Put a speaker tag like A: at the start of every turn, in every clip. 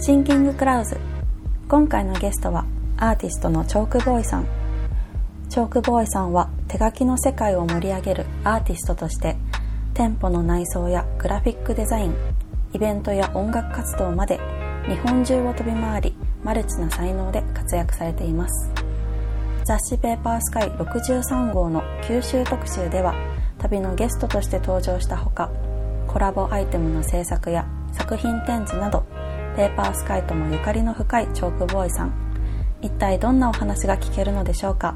A: シンキングクラウズ今回のゲストはアーティストのチョークボーイさんチョークボーイさんは手書きの世界を盛り上げるアーティストとして店舗の内装やグラフィックデザインイベントや音楽活動まで日本中を飛び回りマルチな才能で活躍されています雑誌「ペーパースカイ63号の九州特集では旅のゲストとして登場したほかコラボアイテムの制作や作品展示などペーパースカイともゆかりの深いチョークボーイさん一体どんなお話が聞けるのでしょうか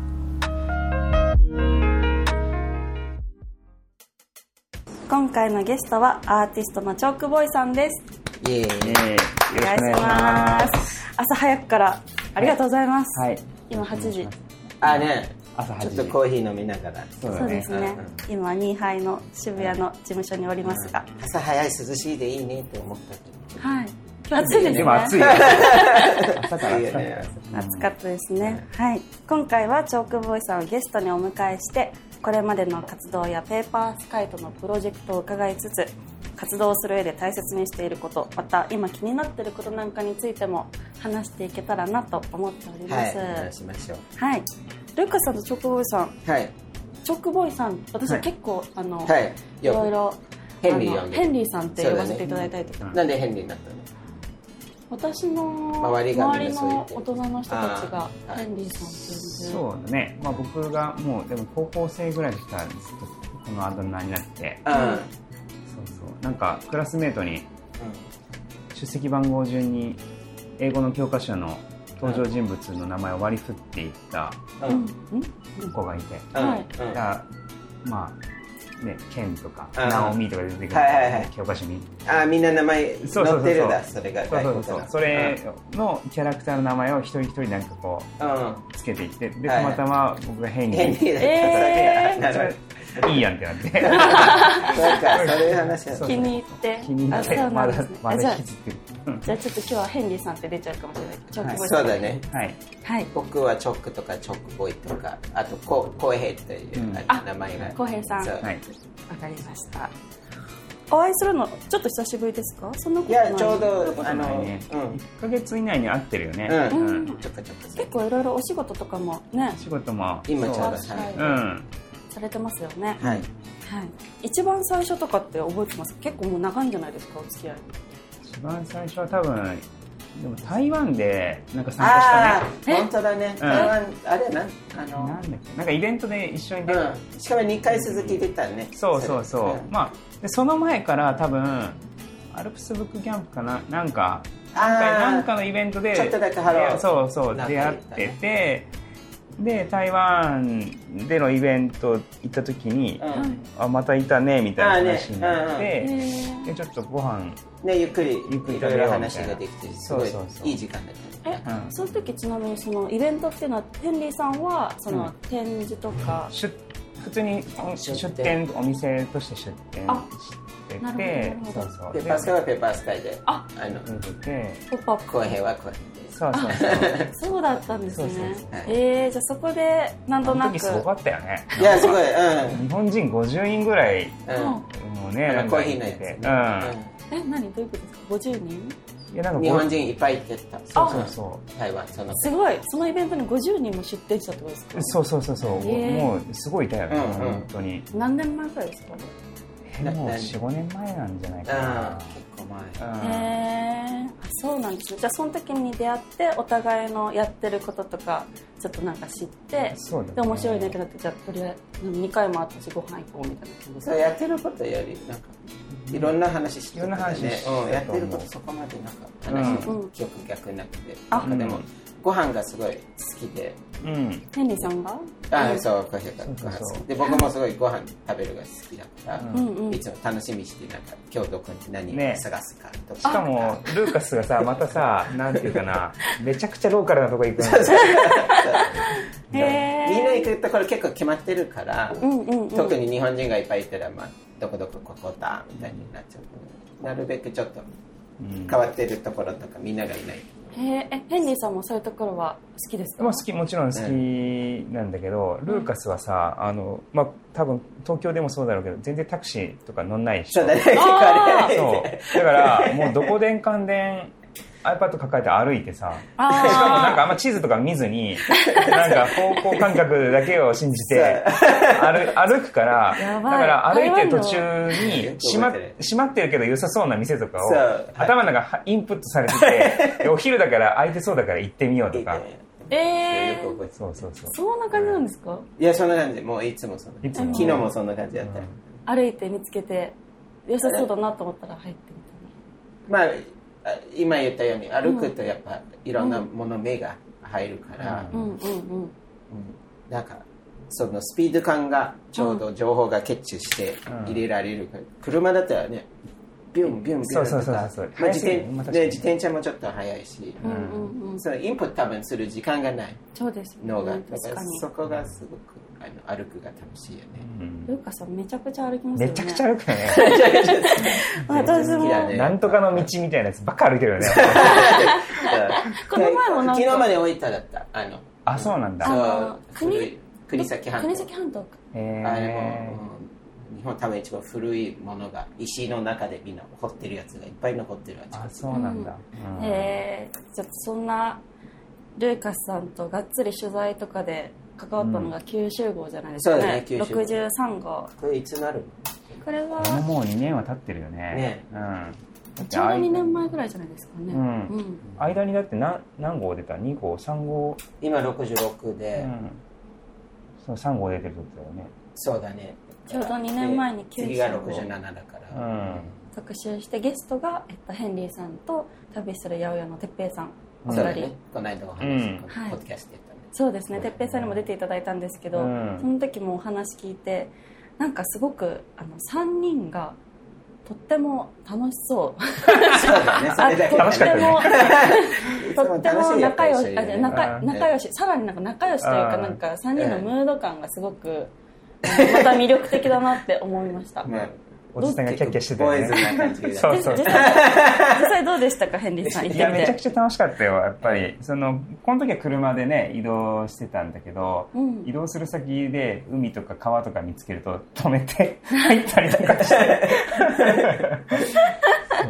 A: 今回のゲストはアーティストのチョークボーイさんです
B: イエーイ
C: え
A: お
C: ーよ
A: 願いし
C: ろしくお願い
A: ま
C: します
A: す朝早くからありがとうございます、
C: はい
A: 今8時
B: あね
C: 朝
B: ち
C: 8
B: ょっ
C: 時
B: とコーヒー飲みながら
C: そう
A: そ
C: だ
A: うで
C: ね
A: すね今ニーハイの渋谷の事務所におりますが
B: 朝早い涼しいでいいねって思った
A: はい今日暑いですね
C: でも暑いよ朝から
B: いいよね
A: 暑かったですね、はい、今回はチョークボーイさんをゲストにお迎えしてこれまでの活動やペーパースカイトのプロジェクトを伺いつつ活動する上で大切にしていることまた今気になっていることなんかについても話していけたらなと思っておりま
B: はい
A: すはい
B: 話、しましょ
A: ルーカスさんとチョークボーイさん
B: うはい
A: チョークボーイさん私は
C: はい
A: 結構、あの、、
B: はいいよ
A: ろいろ
B: ヘンリー
A: あ
B: 呼
A: の
B: んで
A: ヘンリーさんって呼ばせていただいたりとか、
B: なんでヘンリーになったの
A: 私の
B: 周
A: 周
B: り
A: り
B: がみんなそう言
A: の
B: ってる
A: 大人の人たちが
B: あー
A: ヘンリーさんって呼んで
C: そうだね、まあ、僕がもうでも高校生ぐらいの時からずっとこのあだ名になってて
B: うん
C: そうそうなんかクラスメートに出席番号順に英語の教科書の登場人物の名前を割り振っていった
B: うんうん
A: うん
C: 子がいて
B: うん
A: はい
C: だからまあねケンとか
B: うん
C: ナオミとか出てくる
B: はいはいはい
C: 教科書に
B: あーみんな名前載
C: そうそうそうそう
B: ってるんだそれが
C: そうそ
B: 外
C: うそ
B: 国
C: う
B: の
C: それのキャラクターの名前を一人一人なんかこ
B: うんうん
C: うつけていってで
B: は
C: た
B: いは
C: ま
B: い
C: たま僕がヘンリ
B: ヘン
C: ー
B: リーだった
A: えー
B: だけだ
C: それいいやんってなって
B: そうかそういう話だった
C: そう
A: 気に入って
C: 気に入っ
A: あ
C: て
A: そうな
C: ま
A: んです
C: だ
A: ね
C: ま
A: あじゃ
C: だ
A: あ
C: 引きずってるうん
A: じゃあちょっと今日はヘンリーさんって出ちゃうかもしれないチョークボーイさ
B: そ
A: ん
B: うだね
C: はい
A: はい
B: 僕はチョックとかチョックボーイとかあとこうこうへいというあの名前が
A: 浩平さん
B: そう
C: はい
A: わかりましたお会いするのちょっと久しぶりですかそんなこ
B: い
A: とない
B: やちょう
C: そんなこ
B: ど
C: と
B: あ
C: ない
B: の
C: ね
B: うん
C: 1ヶ月以内に会ってるよね
B: うん
C: うん
B: ちょっとちょっと
A: 結構いろいろお仕事とかもね
C: 仕事も
B: 今ちょうど
A: 確
C: そ
A: かに
C: ううん
A: されてますよね
B: は
A: は
B: い
A: い一番最初とかって覚えてます結構もう長いんじゃないですかお付き合い
C: 一番最初は多分でも台湾でなんか参加した
B: あ
C: ね
B: あ本当だね台湾あれなんあ
C: なん
B: の
C: だっけなんかイベントで一緒に出た
B: うんしかも2回続き出たね
C: そうそうそう、
B: ん
C: まあでその前から多分アルプスブックキャンプかななんかなんか
B: あー
C: なんかのイベントで
B: ちょっとだけハロー
C: いやそうそ
B: な
C: う
B: んか
C: 出
B: 言
C: 会っ
B: った
C: て
B: ね
C: てで台湾でのイベント行った時に、
B: うん
C: あまたいたねみたいな話になっ
A: へ
C: て、
A: ー
C: でちょっとご飯、
B: ねゆっくり
C: ゆっくり
B: い
C: 食
B: ろ
C: べ
B: いろ
C: ようみたいな
B: 話ができてすごい
C: そうそうそう
B: いい時間だっ
A: え
C: うん
A: その時ちなみにそのイベントっていうのはヘンリーさんはその
C: うん
A: 展示とか、
C: 出普通にお
B: 出
C: 出
B: 店
C: 店お店として出店
A: あ
C: して
A: なる
C: て
A: ほど
C: そ
A: なるほど
C: うそ
B: た
C: う
B: ペッパースカイはペッパースカイで
A: あ
B: あの
C: で出てて
A: やっぱ
B: 公平は公平です
C: そうそうそう
A: そうだったんです
C: そう
A: ね
C: そう
B: そう
A: えー、じゃあそこでなんと
C: あ
A: な
C: の
A: く
C: 時すごかったよね
B: いやすごいう
C: 日本人50人ぐらい
B: んうん
C: もうね
B: あ
C: な
B: の
C: ん
B: コ
C: か
B: ーヒーの
C: い
B: やつ
C: て
B: ね
C: うんいや
A: え何どういうことですか50人
C: な
B: う
C: んか
B: ん日本人いっぱい行ってた
C: そうそうそ
B: 台湾その
A: すごいそのイベントに50人も出店したってことですか
C: うそうそうそうそう
A: へえ
C: もうすごいいたよね
B: うんうん
C: 本当に
A: 何年前くらいですかね
C: えもう45年前なんじゃない
B: うん
C: か
B: 結構前
C: な
A: へ
C: うん
A: えそうなんですねじゃあその時に出会ってお互いのやってることとかちょっとなんか知って
C: そうだね
A: で面白いねってなってじゃあとりあえず2回もあったしご飯行こうみたいな感じです
B: そうやってることよりなんかいろんな話してた
C: いろんな話
B: ね
C: してたと思う
B: うんやってることそこまでなんか話の記憶逆になくて、
A: あ
B: なんかでもご飯がすごい好きで、
C: うん
A: ヘンリーさんが
B: あそう小平がご飯
C: そ
B: 好
C: うそうそ
B: きで僕もすごいご飯食べるが好きだから、
C: うん
A: うんうん
B: いつも楽しみにしてなんか今日どこに何
C: ね
B: 探すかとか、
C: しかもルーカス がさまたさなんていうかなめちゃくちゃローカルなとこ行くの
A: へ
B: みんな行
A: え
B: くところ結構決まってるから、
A: うんうんうん
B: 特に日本人がいっぱいいたら、まあ、どこどこここだみたいになっちゃうからなるべくちょっと
C: うん
B: 変わってるところとかみんながいない
A: へええヘンリーさんもそういうところは好きですか
C: まあ、好きもちろん好きなんだけど、ルーカスはさあの、まあ、多分東京でもそうだろうけど全然タクシーとか乗んないし
B: そうだね、
A: あー
B: 結構あれ
C: そうだからもうどこでんかんでん iPad 抱えて歩いてさしかもなん
A: あ
C: かあんま地図とか見ずになんか方向感覚だけを信じて歩歩くから
A: や
C: だ
A: ばい
C: から歩いてる途中
B: 台湾
C: に
B: の
C: 閉ま
B: よく覚えてる
C: 閉まってるけど良さそうな店とかを
B: そう
C: 頭の中はインプットされて てでお昼だから空いてそうだから行ってみよう
B: い
C: と
B: いね
C: か
A: えー
B: よく覚えて
C: そうそうそう
A: ーそんな感じなんですか
B: いやそんな感じもういつもそんな感
C: い
B: じ
C: つも
B: 昨日もそんな感じだった、
C: うん
A: 歩いて見つけて良さそうだなと思ったら入ってみ
B: まああ今言ったように歩くとやっぱいろんなもの目が入るから、
C: う
A: たい
C: ん
A: なうんうんうん
B: うんなんかそのスピード感がちょうど情報が決知して
C: うん
B: 入れられるから、車だったらねビュンビュンビュンとか
C: そうそうそうそう
B: まあ自転
C: 速いねまあ確かに
B: ね、自転車もちょっと速いし、
A: うんうんうん
B: そのインプット多分する時間がない
A: そうですよね
B: 脳が、だ
A: 確
B: か
A: からに
B: そこがすごくあの歩くが楽しいよね、
C: うん
A: ルーカさんめちゃくちゃ歩きますよ
C: め
A: ね
C: ちゃくちゃ歩くよね
A: 私
B: 好きだ
A: も
B: ね
C: なんとかの道みたいなやつばっか歩いてるよね
A: この前もなんか
B: 昨日まで大分だったあの
C: あそうなんだ
B: そう
A: あの国
B: 古い国崎半島
A: 国崎半島か
C: へ
B: あれ
C: え
B: も、うん日本多分一番古いものが石の中でみんな掘ってるやつがいっぱい残ってる
C: あ
B: やつ
C: そうなんだうん
A: えー、ちょっとそんなルーカスさんとがっつり取材とかで関わったのが九州号じゃないですかね,、
B: そうだね九州
A: 63号
B: これいつなる
A: これ
C: これも
A: は
C: もう2年は経ってるよね
B: ね
C: うんだっ
A: ち
C: て
A: ょうど
C: あい
A: 2年前ぐらいじゃないですかね
C: うん
A: うん
C: 間にだって何何号出た2号3号、
B: 今66で、
C: うんそう3号出てるってことだよね
B: そうだね
A: ちょうど2年前に
B: で
A: 九州
B: 次が67だから、
A: 特集してゲストが、えっと、ヘンリーさんと旅する八百屋のてっぺいさん
C: うん
A: お
B: そ
A: 二
B: うだ
A: 人、
B: ねこの間お話し、
C: うん
B: ポ
A: はい
B: ッドキャストやったね
A: そうですねてっぺいさんにも出ていただいたんですけど、
C: うん
A: その時もお話聞いてなんかすごくあの3人がとっても楽しそう
B: そうだね それだけ
C: 楽しかったよね
A: とっても仲良しあじゃあ
C: う
A: 仲
C: ん
A: 仲良しさらになんか仲良しというか
C: うん
A: なんか3人のムード感がすごくまた魅力的だなって思いました
B: ね
C: おじさんがキャッキャしてた
B: ボ
C: よ
B: ーイズ
C: ね
B: な感じで
C: そう
A: 実
C: そう
A: 実際実際どうでしたかヘンリーさん行っ
C: い
A: て
C: や
A: み
C: めちゃ
A: て
C: くちゃ楽しかったよやっぱりそのこの時は車でね移動してたんだけど、
A: うん
C: 移動する先で海とか川とか見つけると止めて入ったり とかしてそう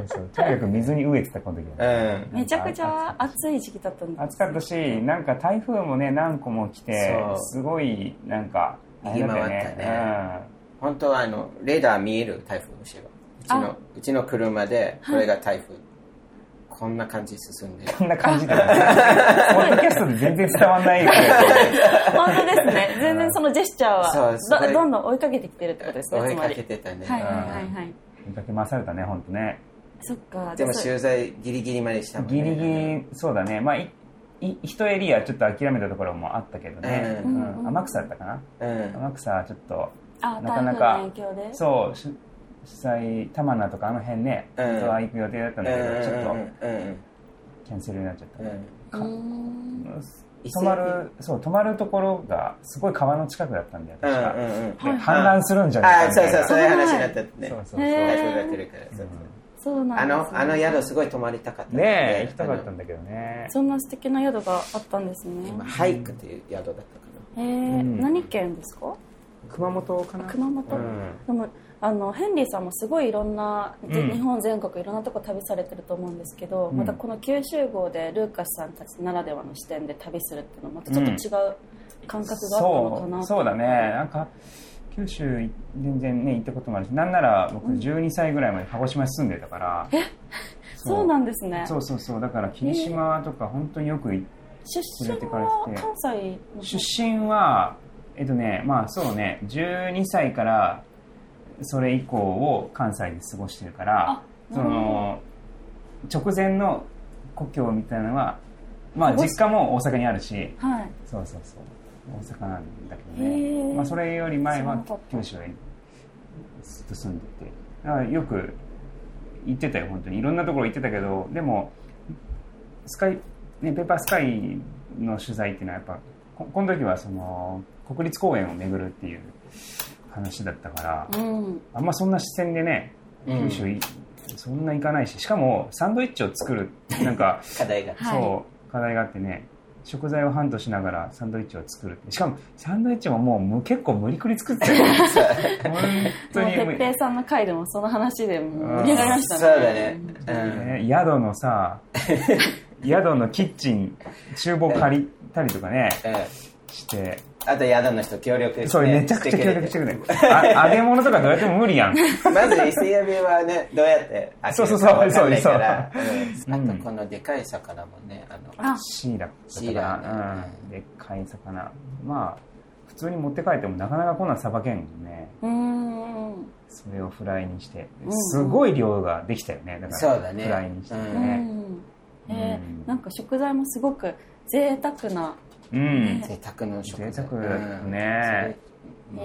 C: そうとにかく水に飢えてたこの時
B: う
C: は、
B: ん
A: めちゃくちゃ暑い時期だったんです
C: 暑かったしなんか台風もね何個も来て
B: そう
C: すごいなんかあれ
B: 逃げ
C: だ
B: 回っ
C: よ
B: たね
C: ね
B: 本当はあのレーダー見える台風のしばうち
A: あ
B: のうちの車でこれが台風、こんな感じ進んで
C: うん、こんな感 じだねポッドキャストで全然伝わんないよ
A: 本当ですね全然そのジェスチャー
B: そう
A: は
B: すご
A: ど
B: い
A: どんどん追いかけてきてるってことですね
B: 追
A: つ
B: い
A: ま
B: か
A: り
B: けてたね、
A: はいはいはいはい
C: 見かけ勝れたね本当ね
A: そっか
B: でも
A: そう
B: 取材ギリギリまでしたもん
C: ギ
B: ね
C: リギリそうだねまあいい一エリアちょっと諦めたところもあったけどね、
B: う
C: うんん天草だったかな
B: うん
C: 天草はちょっと
A: あ
C: なか
A: 台風
C: な
A: の
C: か
A: 影響で
C: そうし主催玉名とかあの辺ね
B: うん
C: 本当は行く予定だったん
B: う
C: だけど、
B: ん
C: ちょっ
B: うん
C: とキャンセルになっちゃった、
B: うんうん
A: うーん
C: 泊まるそう泊まるところがすごい川の近くだったんだよ
B: うん
C: 確か、
B: うんうん
C: で氾濫するんじゃな
B: あ
C: いか
B: あ
C: み
B: そ
C: た
B: う
C: い
B: そ
C: な
B: うそういう話になったね
C: そうそうそう
A: へ
B: 台
A: ー
B: 風が来るからそうそう
A: そう
B: あ
A: なんです
B: の
A: ね
B: あの宿すごい泊まりたかった
C: ねえ行きたかったんだけどね
A: そんな素敵な宿があったんですね
B: 今ハイクっていう宿だったか
A: えー
C: ん
A: 何県ですか
C: 熊本かな
A: 熊本、
C: うん
A: でもあのヘンリーさんもすごいいろんな、ぜ
C: うん
A: 日本全国いろんなとこ旅されてると思うんですけど、
C: うん
A: またこの九州号でルーカスさんたちならではの視点で旅するっていうのはまたちょっと違う感覚があったのかな、
C: そうそうだねなんか九州全然ね行ったこともあるしなんなら僕12歳ぐらいまで鹿児島に住んでたから、
A: そうなんですね
C: そうそうそうだから霧島とか本当によくい
A: 出
C: 連れ
A: 身
C: てかれ
A: は
C: て
A: 関西の
C: 出身はえっとねまあそうね12歳からそれ以降を関西で過ごしてるから
A: あ
C: そ
A: なるほ
C: の直前の故郷みたいなのはまあ
A: 鹿児
C: 実家も大阪にあるし
A: はい
C: そうそうそう大阪なんだけ
A: へ
C: ど
A: ー
C: ね、まあ、それより前は
A: 知らなかった
C: 九州にずっと住んでてだからよく行ってたよ本当にいろんなところ行ってたけどでもスカイ、ね、ペーパースカイの取材っていうのはやっぱここの時はその国立公園を巡るっていう話だったから
A: うん
C: あんまそんな視線でね
B: らうん
C: 九州い、そんな行かないししかもサンドイッチを作るなんか
B: 課題が
A: はい
C: そう課題があってね食材をハンドしながらサンドイッチを作るってしかもサンドイッチももうむ結構無理くり作っ てたよ本当
A: もう
C: に
A: 哲平さんの回でもその話でもう盛り上がりました
B: そう
A: ね
B: だね。う
C: ね
B: ん。
C: 宿のさ 宿のキッチン厨房借りたりとかね
B: うん
C: して
B: あと宿の人協力して。
C: それめちゃくちゃ協力してくれあ揚げ物とかどうやっても無理やん
B: まず伊勢エビはね、どうやって開けるかわかんないから。うんあとこのでかい魚もね、あの、
A: あ
C: シイラ
B: シイラ
C: うん、でっかい魚まあ普通に持って帰ってもなかなかこんなんさばけんもんね
A: うーん
C: それをフライにして
A: うん
C: すごい量ができたよねだか
B: そ
C: ら
B: うだね
C: フライにして
A: う
C: ね
A: んえ
C: うん
A: ー、なんか食材もすごく贅沢な
C: うん、
B: 贅沢の食材
C: 贅沢だったね
B: うん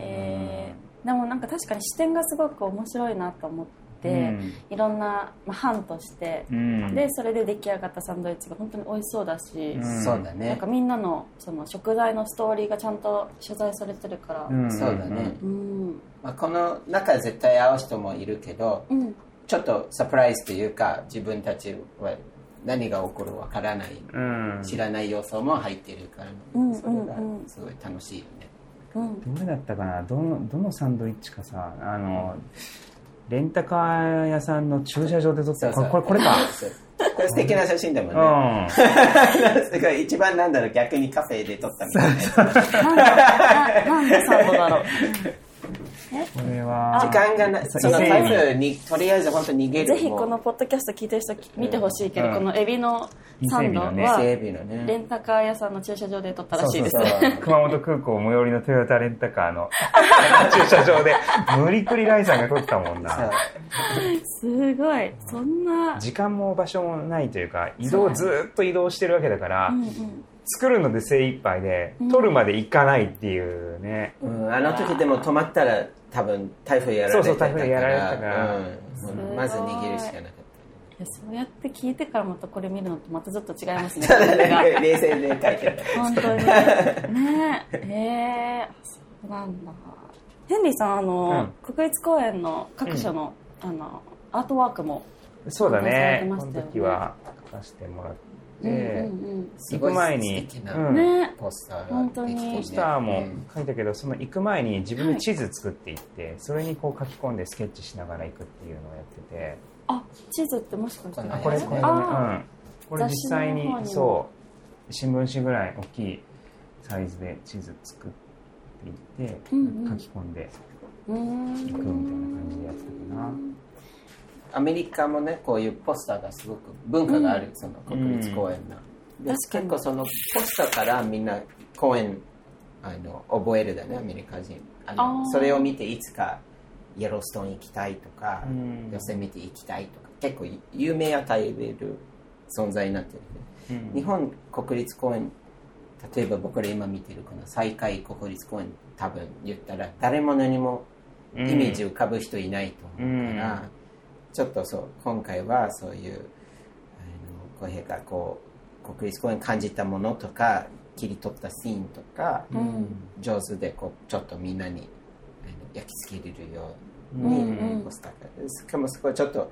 A: えー、でもなんか確かに視点がすごく面白いなと思って、いろんな、まあ、班として、
C: うんうん
A: でそれで出来上がったサンドイッチが本当に美味しそうだし、
C: うん
B: そうだ
A: なん
B: ね
A: か。みんなのその食材のストーリーがちゃんと取材されてるから
C: ん
B: そうだね。
A: うん
B: まあこの中絶対会う人もいるけど、
A: うん
B: ちょっとサプライズというか、自分たちは何が起こるわからない、
C: うん
B: 知らない要素も入ってるから、
A: うん
B: それが
A: うんうん
B: すごい楽しいよね。
A: うん
C: どれだったかなどのどのサンドイッチかさあのレンタカー屋さんの駐車場で撮った
B: そうそう
C: これこれこれか
B: そうこれ素敵な写真だもん
C: う
B: ね。
C: ん
B: すごい一番なんだろう逆にカフェで撮ったみたいな
A: なんだななんで サンドだろう
C: これは
B: 時間がない
C: そう
B: その
C: 伊勢
B: 台
C: 海老
B: 風にとりあえず本当逃げる
A: ぜひこのポッドキャスト聞いてる人き見てほしいけど、
C: うん
A: このエビのサンド
C: 伊勢海老
B: 伊
C: の
B: 勢
A: は
B: 海老の
A: レ
B: ね
A: ンタカー屋さんの駐車場で撮ったらしいです
C: そうそうそう熊本空港最寄りのトヨタレンタカーの駐車場で無理くりライさんが撮ったもん
B: そう
C: な
A: すごいそん な、
C: 時間も場所もないというか移動ずーっと移動してるわけだから、
A: うんうん、
C: 作るので精一杯で
A: うん
C: 撮るまで行かないっていうね、
B: うんあの時でも止まったら多分台風やられ
C: そう
B: て
C: そう
B: たか
C: 台風やられてたからら
B: うん
A: ごい
B: まず逃げるしかな
A: い
B: かっ
A: やそうやって聞いてからまたこれ見るのとまたちょっと違います ね
B: たただね冷静で書いてた
A: 本当にねええー、そうなんだヘンリーさんあの、国立公園の各所の,、あのアートワークも、
C: そうだね
A: 撮影さ
C: こ
A: れてま
C: の
A: したよね
C: 時は書かせてもらって、
A: うんうん
B: す
C: 行
B: ご
C: く
B: い
C: 前に
B: 素敵な
C: うん
A: うんね
B: ポスター
A: 本当
B: がで
A: に
B: きてね
C: ポスターも
B: うん
C: 書いたけどその行く前に自分で地図作っていって、それにこう書き込んでスケッチしながら行くっていうのをやってて
A: あ地図ってもしかして
B: あ
C: これこれだね
A: あ
C: うん、これ実際
A: 雑誌の方に
C: に
A: も
C: そう新聞紙ぐらい大きいサイズで地図作っていって
A: う
C: 書
A: んうん
C: き込んで
A: うーん
C: いくみたいな感じでやってたかな、
B: アメリカもねこういうポスターがすごく文化がある、その国立公園の、で
A: 確かに
B: 結構そのポスターからみんな公園あの覚えるだねアメリカ人あの
A: あー
B: それを見ていつかイエローストーン行きたいとか、
C: うん
B: 寄せ見て行きたいとか結構有名与える存在になってるね、
C: うん
B: 日本国立公園例えば僕ら今見てるこの西海国立公園多分言ったら誰も何もイメージ浮かぶ人いないと思うから、
C: うん
B: ちょっとそう今回はそういうあの小平がこう国立公園感じたものとか切り取ったシーンとか、
A: うん
B: 上手でこうちょっとみんなにあの焼き付けれるよう
A: う
B: に
A: んうん
B: ポスターがしかもそこはちょっと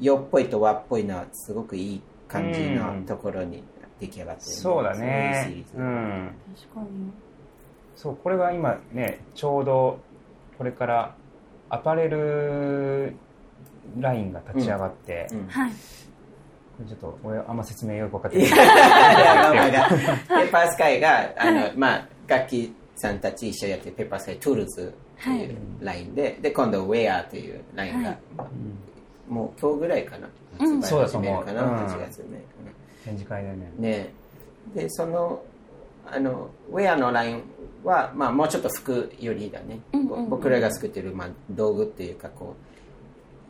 B: 洋っぽいと和っぽいのはすごくいい感じのところに出来上がってるね、
C: そうだね
B: そうういうシリーズ
C: ん
A: 確かに
C: そうこれが今ねちょうどこれからアパレルラインが立ち上がって、
B: うん
A: はい
C: これちょっと俺あんま説明よく分かってない
B: ママがペッパースカイがあの、まあ、楽器さんたち一緒にやってるペッパースカイトゥールズっていうラインで、で今度ウェアというラインが、
A: はい
B: もう今日ぐらいかな
A: うん
B: 発売始めるかな、
C: そうだと思う
B: 8月ね、
C: 展示会だよね
B: ねでそのあのウェアのラインは、まあ、もうちょっと服よりだね、
A: うんうんうん
B: 僕らが作ってる、まあ、道具っていうかこ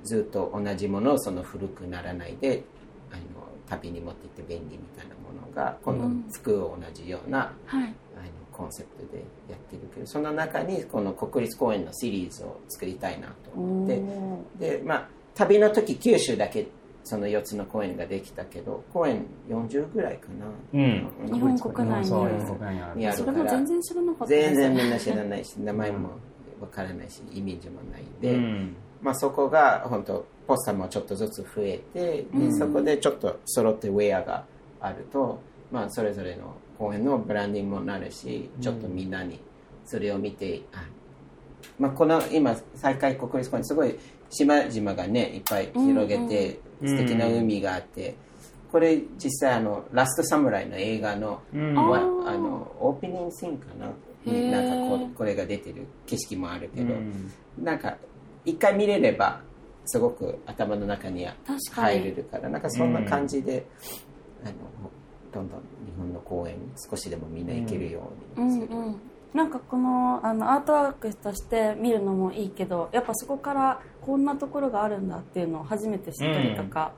B: うずっと同じものをその古くならないであの旅に持って行って便利みたいなものがこ
A: うん
B: の服を同じような、
A: はい
B: あのコンセプトでやってるけどその中にこの国立公園のシリーズを作りたいなと思って。
A: お
B: でまあ旅の時九州だけその4つの公園ができたけど公園40ぐらいかな、
C: うん
A: 日本国内に
C: そう日本国内にある
B: にあ
A: ー
B: る
A: そ
B: か
A: れも
B: ら
A: 全然知らなかったです
B: 全然みんな知らないし名前もわからないしイメージもないんで、
C: うん
B: まあ、そこが本当ポスターもちょっとずつ増えてで
A: うん
B: そこでちょっと揃ってウェアがあるとまあ、それぞれの公演のブランディングもなるし、
C: うん
B: ちょっとみんなにそれを見て、あまあ、この今、再開国立公園、すごい島々がね、いっぱい広げて、
C: うん
B: 素敵な海があって、これ実際あの、ラストサムライの映画の、
C: うん
B: わ
A: あー
B: あのオープニングシーンかな、
A: へー
B: なんかここれが出てる景色もあるけど、
C: うん
B: なんか一回見れればすごく頭の中には
A: 確か
B: 入れ
A: に。
B: るから、なんかそんな感じで、あのどんどん日本の公演少しでもみんな行けるよう
A: う
B: に
A: ん
B: する、
A: うん。なんかこのあのアートワークとして見るのもいいけどやっぱそこからこんなところがあるんだっていうのを初めて知ったりとか、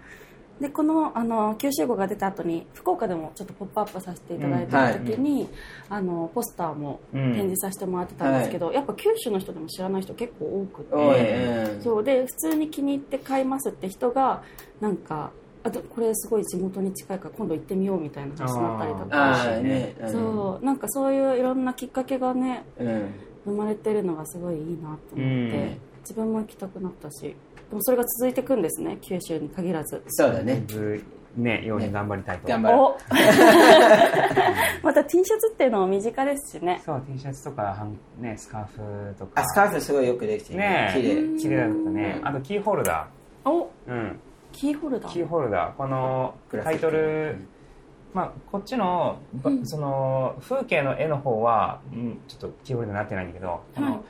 A: でこのあの九州語が出た後に福岡でもちょっとポップアップさせていただいた時に、あのポスターも
C: うん
A: 展示させてもらってたんですけど、やっぱ九州の人でも知らない人結構多くて、
B: 多いうん
A: そうで普通に気に入って買いますって人がなんかあとこれすごい地元に近いから今度行ってみようみたいな話になったりと
B: あ
A: か
B: あね、うん、
A: そうなんかそういういろんなきっかけがね
B: うん、
A: 生まれてるのがすごいいいなと思って、
C: うん
A: 自分も行きたくなったしでもそれが続いていくんですね九州に限らず。
B: そうだね
C: ずねように頑張りたいと
B: 頑張ろ
A: お また T シャツっていうのも身近ですしね
C: そう T シャツとかハンねスカーフと
B: う
C: か
B: あスカーフすごいよくできてる
C: ね
B: 綺麗
C: 綺麗だったねあとキーホルダ
A: お
C: ーうん
A: キーホルダー
C: キーホルダーこの
B: グラフ
C: タ
B: ィ
C: イ
B: ック
C: トルまあこっちのば
A: うん
C: その風景の絵の方はうんちょっとキーホルダーになってないんだけどこ
A: はい
C: の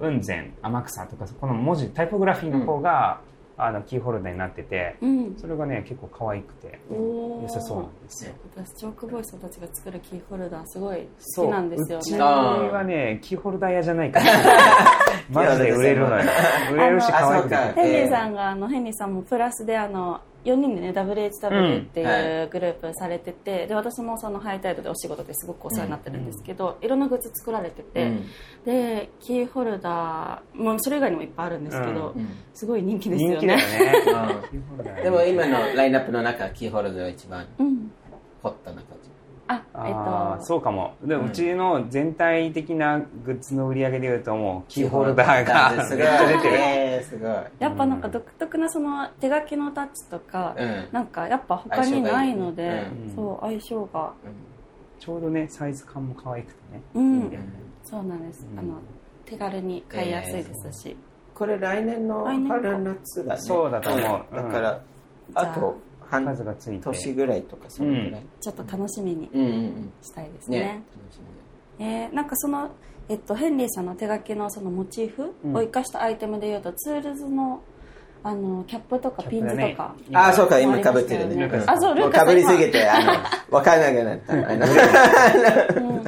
C: 雲仙天草とかこの文字タイポグラフィーの方があのキーホルダーになってて
A: うん
C: それがね結構可愛くて
A: おー
C: 良さそうなんですよ
A: 私チョークボーイさんたちが作るキーホルダーすごい
C: そ
A: 好き
C: う
A: なんですよ
C: うち
A: ね
C: はね、キーホルダー屋じゃな いから。マジで売れるのよ。売れるし、可愛くて
B: あそうか
A: ヘンリーさんがあのヘンリーさんもプラスであの4人でね WHW って
B: うん
A: いうグループされてて、で私もそのハイタイドでお仕事ですごくお世話になってるんですけど、いろんなグッズ作られてて、
B: うん
A: でキーホルダーもうそれ以外にもいっぱいあるんですけど、
B: うん
A: すごい人気です
C: 人
A: よ
C: 気だよ
A: ね。
C: ね。
B: うん
C: キーホルダー
B: でも今のラインナップの中キーホルダーが一番
A: うん、
B: ホットな感じ
A: あえっ
C: あー
A: と
C: そうかも。で、
B: うん
C: うちの全体的なグッズの売り上げでいうと、もうキーホルダーが
B: す
C: め
B: ご
C: っ
B: い
C: ちゃ出てる。
B: えーすごい
A: やっぱなんか独特なその手書きのタッチとか、
B: うん
A: なんかやっぱ他にないので、
B: 相性がいい
C: ねうん
A: そう相性が
C: ちょうどね、サイズ感も可愛くてね。
A: うん、
B: うん
A: そうなんです、
C: うん
A: あの手軽に買いやすいですし、
B: これ来年の
A: 来年か
B: 春夏だね
C: そうだと思う
B: だから
A: ゃ
B: あ
A: あ
B: と半
C: 数がついて。
B: 年ぐらいとかそのぐらい
A: ちょっと楽しみに
B: うんうんうん
A: したいですね
B: ね楽し
A: えーなんかその、えっと、ヘンリーさんの手書きのそのモチーフ
C: うん
A: を生かしたアイテムでいうと、ツールズのあのキャップとかピンズと
C: キャップ
A: か
C: だね、
B: みああそうか今
A: か
B: か
A: ぶ
B: ぶ
A: っ
B: ってて
A: る
B: る
A: ね
B: ねうん
A: あそうルーカ
B: もかぶり
A: さん
B: すぎてあの分からなくなったあの
A: うんうん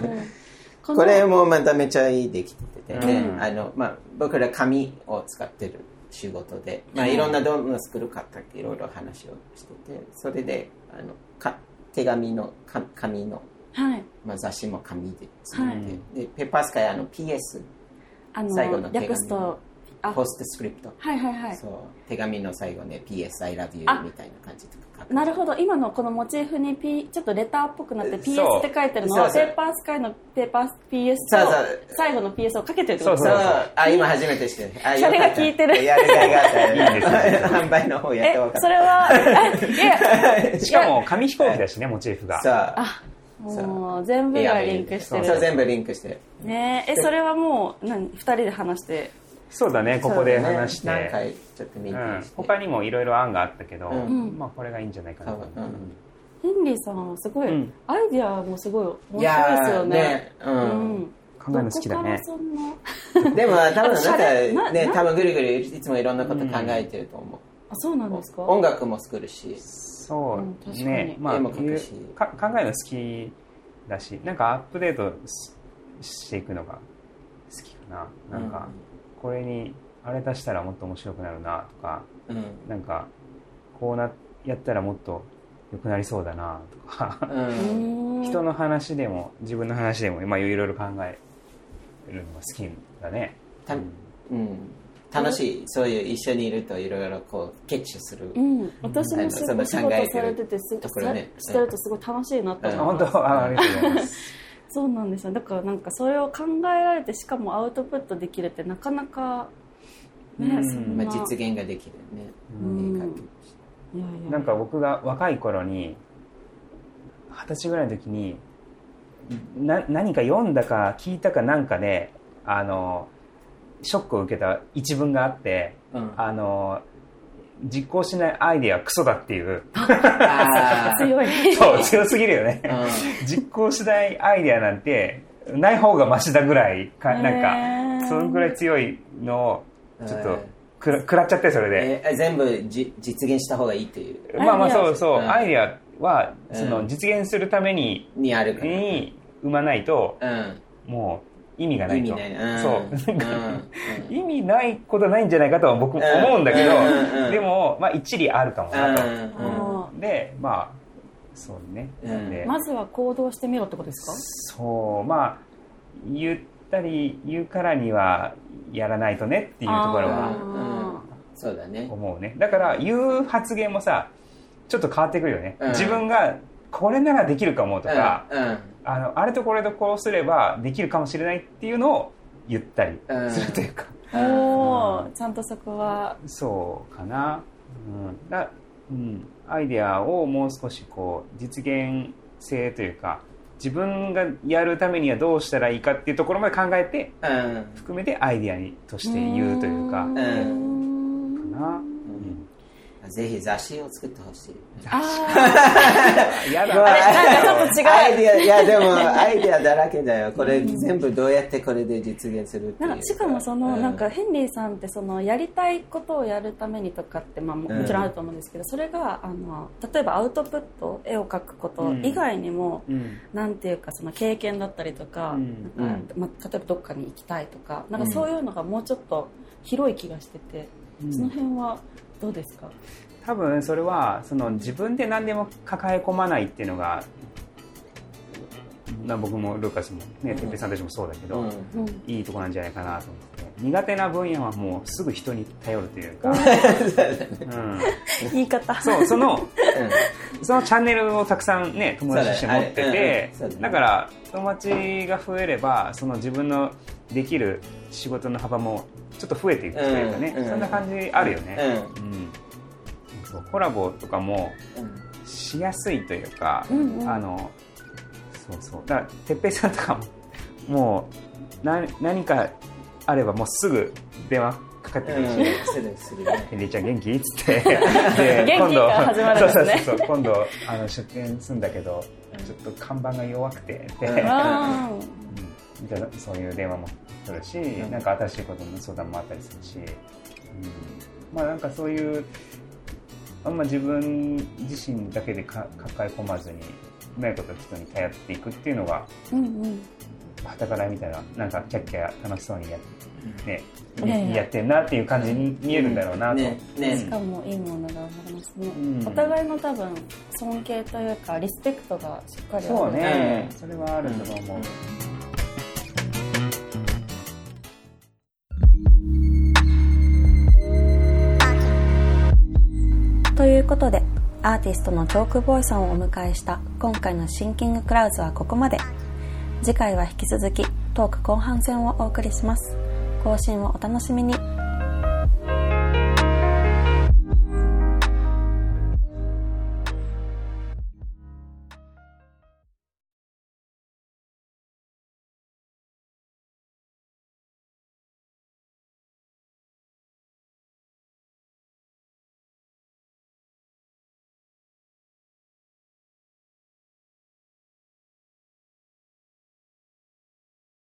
A: この
B: これもまためちゃいいできててね、
C: うん
B: あのまあ、僕ら紙を使ってる仕事で、まあ、いろんなどんな作るかっていろいろ話をしててそれであのか手紙のか紙の、
A: はい
B: まあ、雑誌も紙で作って、
C: はい
B: でペッパースカイあの PS
A: あの
B: 最後の手紙
A: 略すとあ
B: ポストスクリプト、
A: はいはいはい
B: そう手紙の最後ね PS I love you
A: あ
B: みたいな感じとか書く
A: なるほど今のこのモチーフに、P、ちょっとレターっぽくなって
C: そ
A: PS
C: う
A: って書いてるの
B: そう
A: は
B: そ
A: ペ
B: う
A: ーパースカイのペーパー PS
B: そうそ
A: と
B: う
A: 最後の PS をかけてるってことです
B: そう
A: ね
B: あ今初めて知ってあ
A: シャレが
B: よかった
A: 効いてる
B: やりがいがあった
C: いいですね
B: 販売の方やっ
A: え
B: て分かった
A: それはえいや
C: しかも、紙飛行機だしね、モチーフが。
B: さあ
A: もう全部がリンクして
B: そう
A: る
B: 全部リンクしてる
A: ねええそれはもう何2人で話して
C: そうだね、ここで話して。
B: そうだね何回ちょっと見て
C: うん
B: して、
C: 他にもいろいろ案があったけど、
B: うん
C: まあこれがいいんじゃないかな
B: 多
C: と
B: 分
C: 思って、
A: ヘンリーさんはすごい、
C: うん
A: アイディアもすごい面
B: い
A: 白いです
B: や
A: よ
B: ー
A: ね
B: ねう
A: うんん
C: 考えるの好きだ
A: どこか
C: ね
A: らそんな
B: でも多分
A: あとシャレ
B: な
A: なん
B: かね
A: な
B: 多分ぐるぐるいつもいろんなこと考えてると思
A: あそうなん
B: う
A: ですか
B: 音楽も作るし
C: そう
A: うん確かに
C: ね、まあ
B: 絵も描くし
C: いうか考えるの好きだしなんかアップデートししていくのが好きかななんか、これにあれ出したらもっと面白くなるなとか
B: うんうん
C: なんかこうなやったらもっと良くなりそうだなと か
B: う
A: うんーん
C: 人の話でも自分の話でもまあいろいろ考えるのが好きだね、
B: た
C: うん
B: うん楽しいそういう一緒にいるといろいろこう結集する
A: うん、私もす
B: あの
A: お仕事
B: その考えてる
A: されててす、
B: ところね
A: さしてるとすごい楽しいなと
C: あ
A: 思
C: 本
A: い
C: 当
A: ます、
C: あありがとうございます
A: そうなんですよだからなんかそれを考えられてしかもアウトプットできるってなかなかね、
C: うん
A: そん
B: ま
A: な
B: あ実現ができるね
A: うん
B: 絵描く
A: いやいや
C: なんか僕が若い頃に二二十歳ぐらいの時にな何か読んだか聞いたかなんかで、あのショックを受けた一文があって
B: うん
C: あの実行しないアイディアはクソだって いう
B: あー
A: 強い。
C: そう強すぎるよね
B: うん
C: 実行しないアイデアなんてない方がマシだぐらいか なん
A: ん
C: かそのぐらい強いのをちょっとくら食らっちゃってそれで、
B: えー全部じ実現した方がいいという
C: まあまあ
A: アイデア
C: そうそう、
B: うん
C: アイデアはそうの
B: ん
C: 実現するために
B: にあるから、
C: に生まないと
B: う
C: もう意味が
B: ん、
C: な
B: 意
C: いと
B: 味ないな
C: そう
B: うんうん
C: 意味ないことはないんじゃないかとは僕も
B: うん
C: 思うんだけど、
B: うんうん
C: でも、まあ、一理あるかもなと、
B: うん
C: でまあそうね、
B: うん
C: で
A: まずは行動してみろってことです
C: そうまあ言ったり言うからにはやらないとねっていうところ
A: あ
C: は
A: ー
B: うんそうだね
C: 思うねだから言う発言もさちょっと変わってくるよね、
B: うん
C: 自分がこれならできるかもとか、あのあれとこれとこうすればできるかもしれないっていうのを言ったり
B: うん
C: するというか、
A: か
B: うん
A: おーちゃんとそこは
C: そうかな、うんだうん、アイデアをもう少しこう実現性というか自分がやるためにはどうしたらいいかっていうところまで考えて
B: うん
C: 含めてアイデアにとして言うというか
A: う
C: か
A: ーん
C: な、
B: うんぜひ雑誌を作ってほしい
A: あ
C: うん、や
B: あれ
C: だ
B: なんかちょっと違うアイデアいやでもアイデアだらけだよこれ全部どうやってこれで実現するっ
A: ー
B: ていう
A: なんかしかもその
B: う
A: なんかヘンリーさんってそのやりたいことをやるためにとかってまあも
B: うん
A: もちろんあると思うんですけどそれがあの例えばアウトプット絵を描くこと以外にも
C: うん
A: なんていうかその経験だったりとか
C: うん
A: なんかまあ例えばどっかに行きたいとかなんかそういうのがもうちょっと広い気がしてて
C: うん
A: その辺はどうですか
C: 多分それはその自分で何でも抱え込まないっていうのがな僕もルーカスもね哲平さんたちもそうだけど、
B: うん
A: うん
C: いいとこなんじゃないかなと思って苦手な分野はもうすぐ人に頼るとい うか、うん、
A: 言い 方
C: そうそのそのチャンネルをたくさんね友達とし
B: そ
C: て
B: うだ
C: 持
B: ね
C: ってて
B: あ
C: だ,、
B: れうんそうだね
C: から友達が増えればその自分のできる仕事の幅もちょっと増えていくというかね、
B: うんうん
C: そんな感じあるよ
B: う
C: ね、
B: ん
C: うんそうコラボとかも
B: うん
C: しやすいというか、
A: うんうん
C: あのそうそうだから哲平さんとかももう何何かあればもうすぐ電話かかってくるし、
B: うんするするね
C: ヘンリーちゃん元気っつ ってで
A: 元気から始まるんですね
C: そうそうそうそう今度あの出店するんだけどちょっと看板が弱くてって、
B: うん
C: うん
A: わー
C: みたいなそういう電話も来るし、
B: ん
C: なんか新しいことの相談もあったりするし、うん、まあなんかそういうあんま自分自身だけでか抱え込まずにうまいこと人に頼っていくっていうのが
A: おうんうん
C: はたから見たらなんかキャッキャ楽しそうにや,、ね
A: いやいや
C: やってんなっていう感じに見えるんだろうなと。
B: ねね
A: しかもいいものが生まれますね、
C: うん
A: お互いの多分尊敬というかリスペクトがしっかりある
C: そうね、
B: うん
C: それはあると思う、
D: ということでアーティストのチョークボーイさんをお迎えした今回の「シンキングクラウズ」はここまで次回は引き続きトーク後半戦をお送りします更新をお楽しみに